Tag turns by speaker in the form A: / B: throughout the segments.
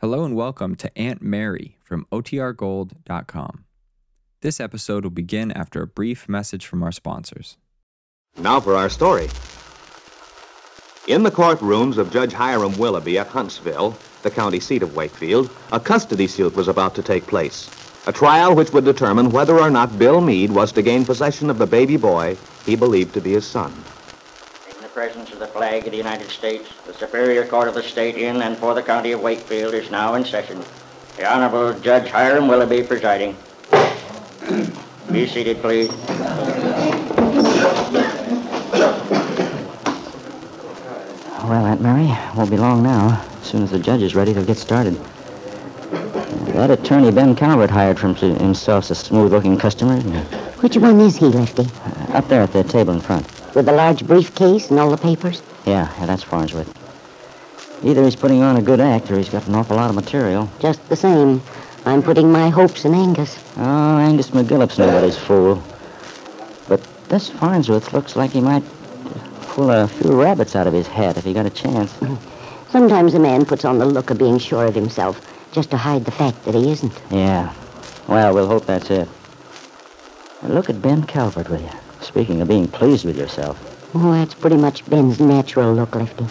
A: Hello and welcome to Aunt Mary from OTRGold.com. This episode will begin after a brief message from our sponsors.
B: Now for our story. In the courtrooms of Judge Hiram Willoughby at Huntsville, the county seat of Wakefield, a custody suit was about to take place. A trial which would determine whether or not Bill Meade was to gain possession of the baby boy he believed to be his son.
C: In the presence of the flag of the United States, the Superior Court of the State in and for the County of Wakefield is now in session. The Honorable Judge Hiram Willoughby presiding. Be seated, please. Well, Aunt Mary, won't be long now. As soon as the judge is ready, they'll get started. That attorney Ben Calvert hired from himself a smooth-looking customer Uh,
D: Which one is he, Lefty?
C: up there at the table in front.
D: With the large briefcase and all the papers?
C: Yeah, yeah, that's Farnsworth. Either he's putting on a good act or he's got an awful lot of material.
D: Just the same. I'm putting my hopes in Angus.
C: Oh, Angus McGillip's nobody's fool. But this Farnsworth looks like he might pull a few rabbits out of his hat if he got a chance.
D: Sometimes a man puts on the look of being sure of himself just to hide the fact that he isn't.
C: yeah. Well, we'll hope that's it. Now, Look at Ben Calvert, will you? Speaking of being pleased with yourself.
D: Oh, that's pretty much Ben's natural look, Lefty.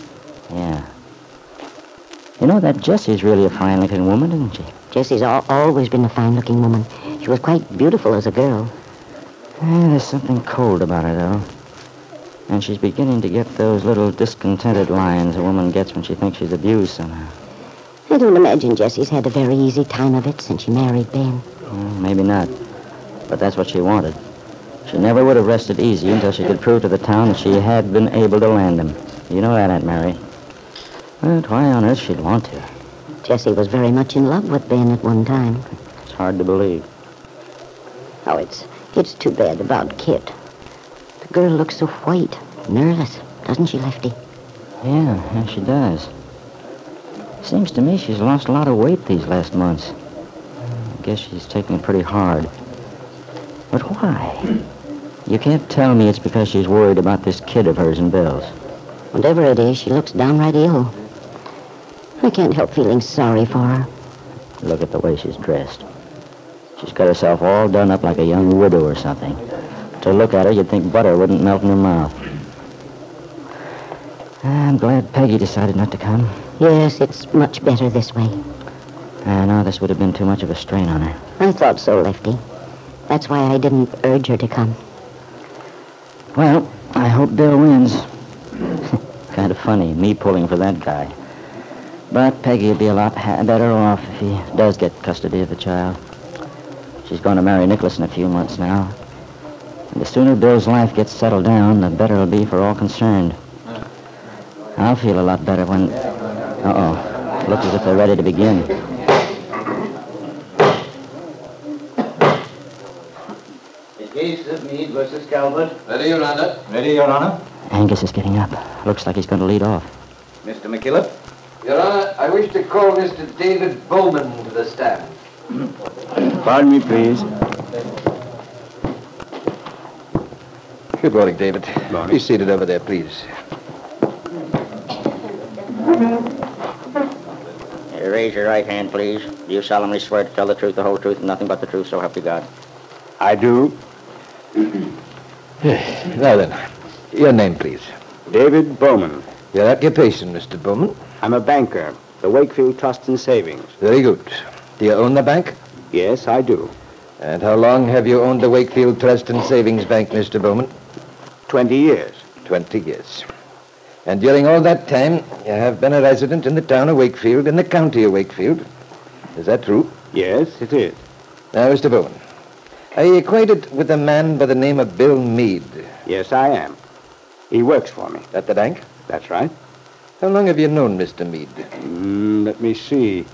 C: Yeah. You know, that Jessie's really a fine-looking woman, isn't she?
D: Jessie's al- always been a fine-looking woman. She was quite beautiful as a girl.
C: Yeah, there's something cold about her, though. And she's beginning to get those little discontented lines a woman gets when she thinks she's abused somehow.
D: I don't imagine Jessie's had a very easy time of it since she married Ben.
C: Well, maybe not. But that's what she wanted. She never would have rested easy until she could prove to the town that she had been able to land him. You know that, Aunt Mary. But why on earth she'd want to?
D: Jessie was very much in love with Ben at one time.
C: It's hard to believe.
D: Oh, it's it's too bad about Kit. The girl looks so white, nervous, doesn't she, Lefty?
C: Yeah, yeah, she does. Seems to me she's lost a lot of weight these last months. I guess she's taking it pretty hard. But why? You can't tell me it's because she's worried about this kid of hers and Bill's.
D: Whatever it is, she looks downright ill. I can't help feeling sorry for her.
C: Look at the way she's dressed. She's got herself all done up like a young widow or something. To look at her, you'd think butter wouldn't melt in her mouth. I'm glad Peggy decided not to come.
D: Yes, it's much better this way.
C: I know this would have been too much of a strain on her.
D: I thought so, Lefty. That's why I didn't urge her to come.
C: Well, I hope Bill wins. kind of funny, me pulling for that guy. But Peggy would be a lot ha- better off if he does get custody of the child. She's going to marry Nicholas in a few months now. And the sooner Bill's life gets settled down, the better it'll be for all concerned. I'll feel a lot better when. Uh oh. Looks as if they're ready to begin.
E: The case of Meade versus Calvert.
F: Ready, Your Honor.
E: Ready, Your Honor.
C: Angus is getting up. Looks like he's going to lead off.
E: Mr. McKillop.
F: Your Honor, I wish to call Mr. David Bowman to the stand.
E: Pardon me, please.
F: Good morning, David. Morning. Be seated over there, please.
C: Hey, raise your right hand, please. Do you solemnly swear to tell the truth, the whole truth, and nothing but the truth, so help you God?
E: I do.
F: Now then, your name, please.
E: David Bowman.
F: Your occupation, Mr. Bowman.
E: I'm a banker. The Wakefield Trust and Savings.
F: Very good. Do you own the bank?
E: Yes, I do.
F: And how long have you owned the Wakefield Trust and Savings Bank, Mr. Bowman?
E: Twenty years.
F: Twenty years. And during all that time, you have been a resident in the town of Wakefield, in the county of Wakefield. Is that true?
E: Yes, it is.
F: Now, Mr. Bowen, are you acquainted with a man by the name of Bill Meade
E: Yes, I am. He works for me.
F: at the bank?
E: That's right.
F: How long have you known Mr. Meade?
E: Mm, let me see.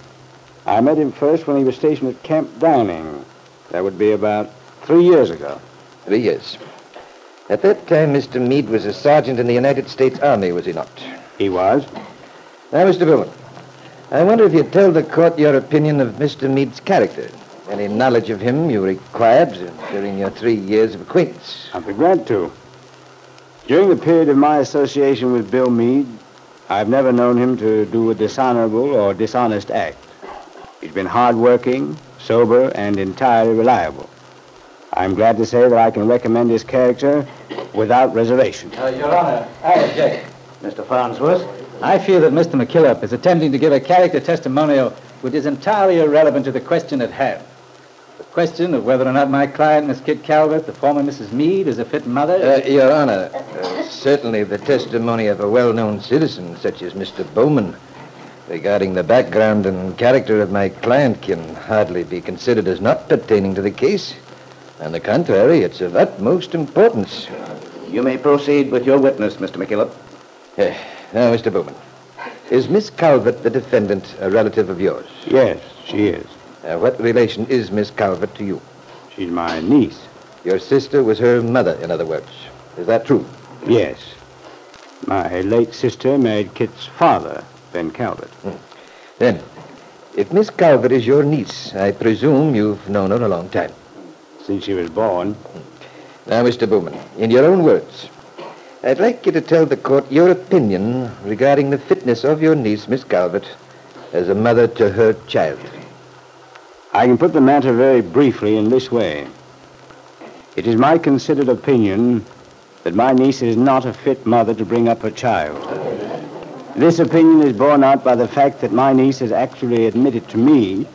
E: I met him first when he was stationed at Camp Downing. That would be about three years ago.
F: Three years. At that time, Mr. Meade was a sergeant in the United States Army, was he not?
E: He was.
F: Now, Mr. Bowen, I wonder if you'd tell the court your opinion of Mr. Meade's character. Any knowledge of him you required during your three years of acquaintance?
E: I'll be glad to. During the period of my association with Bill Meade, I've never known him to do a dishonorable or dishonest act. He's been hardworking, sober, and entirely reliable. I'm glad to say that I can recommend his character without reservation.
F: Uh, Your Honor, I object. Mr. Farnsworth?
C: I feel that Mr. McKillop is attempting to give a character testimonial which is entirely irrelevant to the question at hand. The question of whether or not my client, Miss Kit Calvert, the former Mrs. Mead, is a fit mother.
F: Uh, Your Honor, uh, certainly the testimony of a well-known citizen such as Mr. Bowman regarding the background and character of my client can hardly be considered as not pertaining to the case. On the contrary, it's of utmost importance.
G: You may proceed with your witness, Mr. McKillop.
F: Eh, Now, Mr. Bowman, is Miss Calvert, the defendant, a relative of yours?
E: Yes, she is.
F: Uh, what relation is Miss Calvert to you?
E: She's my niece.
F: Your sister was her mother, in other words. Is that true?
E: Yes. My late sister married Kit's father, Ben Calvert.
F: Then, if Miss Calvert is your niece, I presume you've known her a long time.
E: Since she was born,
F: Now, Mr. Ah, Bowman, in your own words, I'd like you to tell the court your opinion regarding the fitness of your niece, Miss Calvert, as a mother to her child.
E: I can put the matter very briefly in this way. It is my considered opinion that my niece is not a fit mother to bring up her child. This opinion is borne out by the fact that my niece has actually admitted to me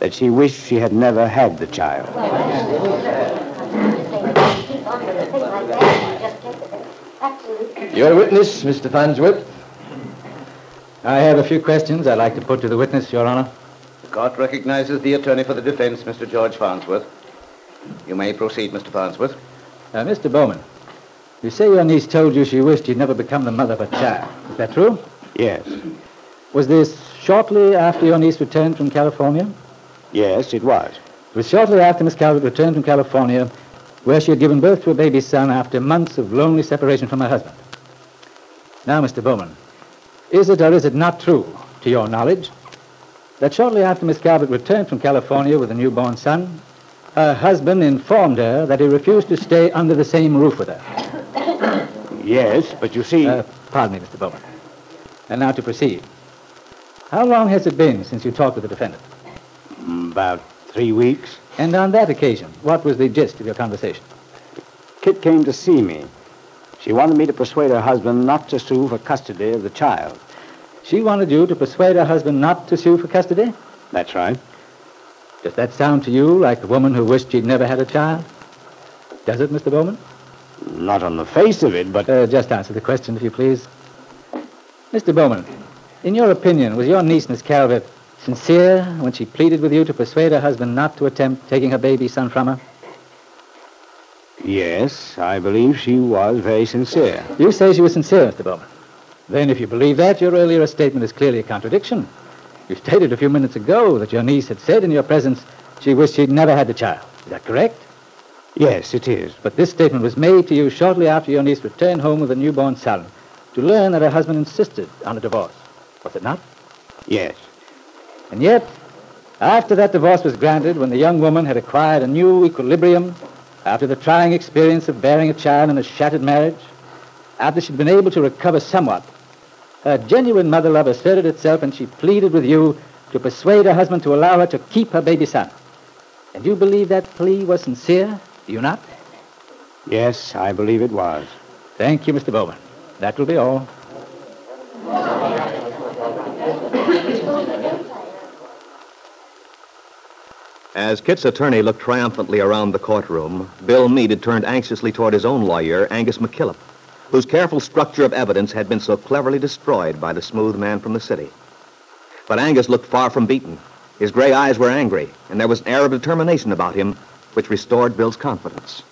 E: that she wished she had never had the child.
F: Your witness, Mr. Farnsworth.
C: I have a few questions I'd like to put to the witness, Your Honor.
G: The court recognizes the attorney for the defense, Mr. George Farnsworth. You may proceed, Mr. Farnsworth.
C: Uh, Mr. Bowman, you say your niece told you she wished she'd never become the mother of a child. Is that true?
E: Yes.
C: Was this shortly after your niece returned from California?
E: Yes, it was.
C: It was shortly after Miss Calvert returned from California, where she had given birth to a baby son after months of lonely separation from her husband. Now, Mr. Bowman, is it or is it not true, to your knowledge, that shortly after Miss Calvert returned from California with a newborn son, her husband informed her that he refused to stay under the same roof with her?
E: Yes, but you see,
C: Uh, pardon me, Mr. Bowman. And now to proceed. How long has it been since you talked with the defendant?
E: about three weeks,
C: And on that occasion, what was the gist of your conversation?
E: Kit came to see me. She wanted me to persuade her husband not to sue for custody of the child.
C: She wanted you to persuade her husband not to sue for custody?
E: That's right.
C: Does that sound to you like a woman who wished she'd never had a child? Does it, Mr. Bowman?
E: Not on the face of it, but
C: Uh, just answer the question, if you please. Mr. Bowman, in your opinion, was your niece, Miss Calvert, sincere when she pleaded with you to persuade her husband not to attempt taking her baby son from her?
E: yes, I believe she was very sincere.
C: You say she was sincere, Mr. Bowman. Then, if you believe that, your earlier statement is clearly a contradiction. You stated a few minutes ago that your niece had said in your presence she wished she'd never had the child. Is that correct?
E: Yes, it is.
C: But this statement was made to you shortly after your niece returned home with a newborn son to learn that her husband insisted on a divorce. Was it not?
E: Yes.
C: And yet, after that divorce was granted, when the young woman had acquired a new equilibrium, after the trying experience of bearing a child in a shattered marriage, after she'd been able to recover somewhat, her genuine mother love asserted itself and she pleaded with you to persuade her husband to allow her to keep her baby son. And you believe that plea was sincere, do you not?
E: Yes, I believe it was.
C: Thank you, Mr. Bowman. That will be all.
B: As Kit's attorney looked triumphantly around the courtroom, Bill Meade had turned anxiously toward his own lawyer, Angus McKillop, whose careful structure of evidence had been so cleverly destroyed by the smooth man from the city. But Angus looked far from beaten. His gray eyes were angry, and there was an air of determination about him which restored Bill's confidence.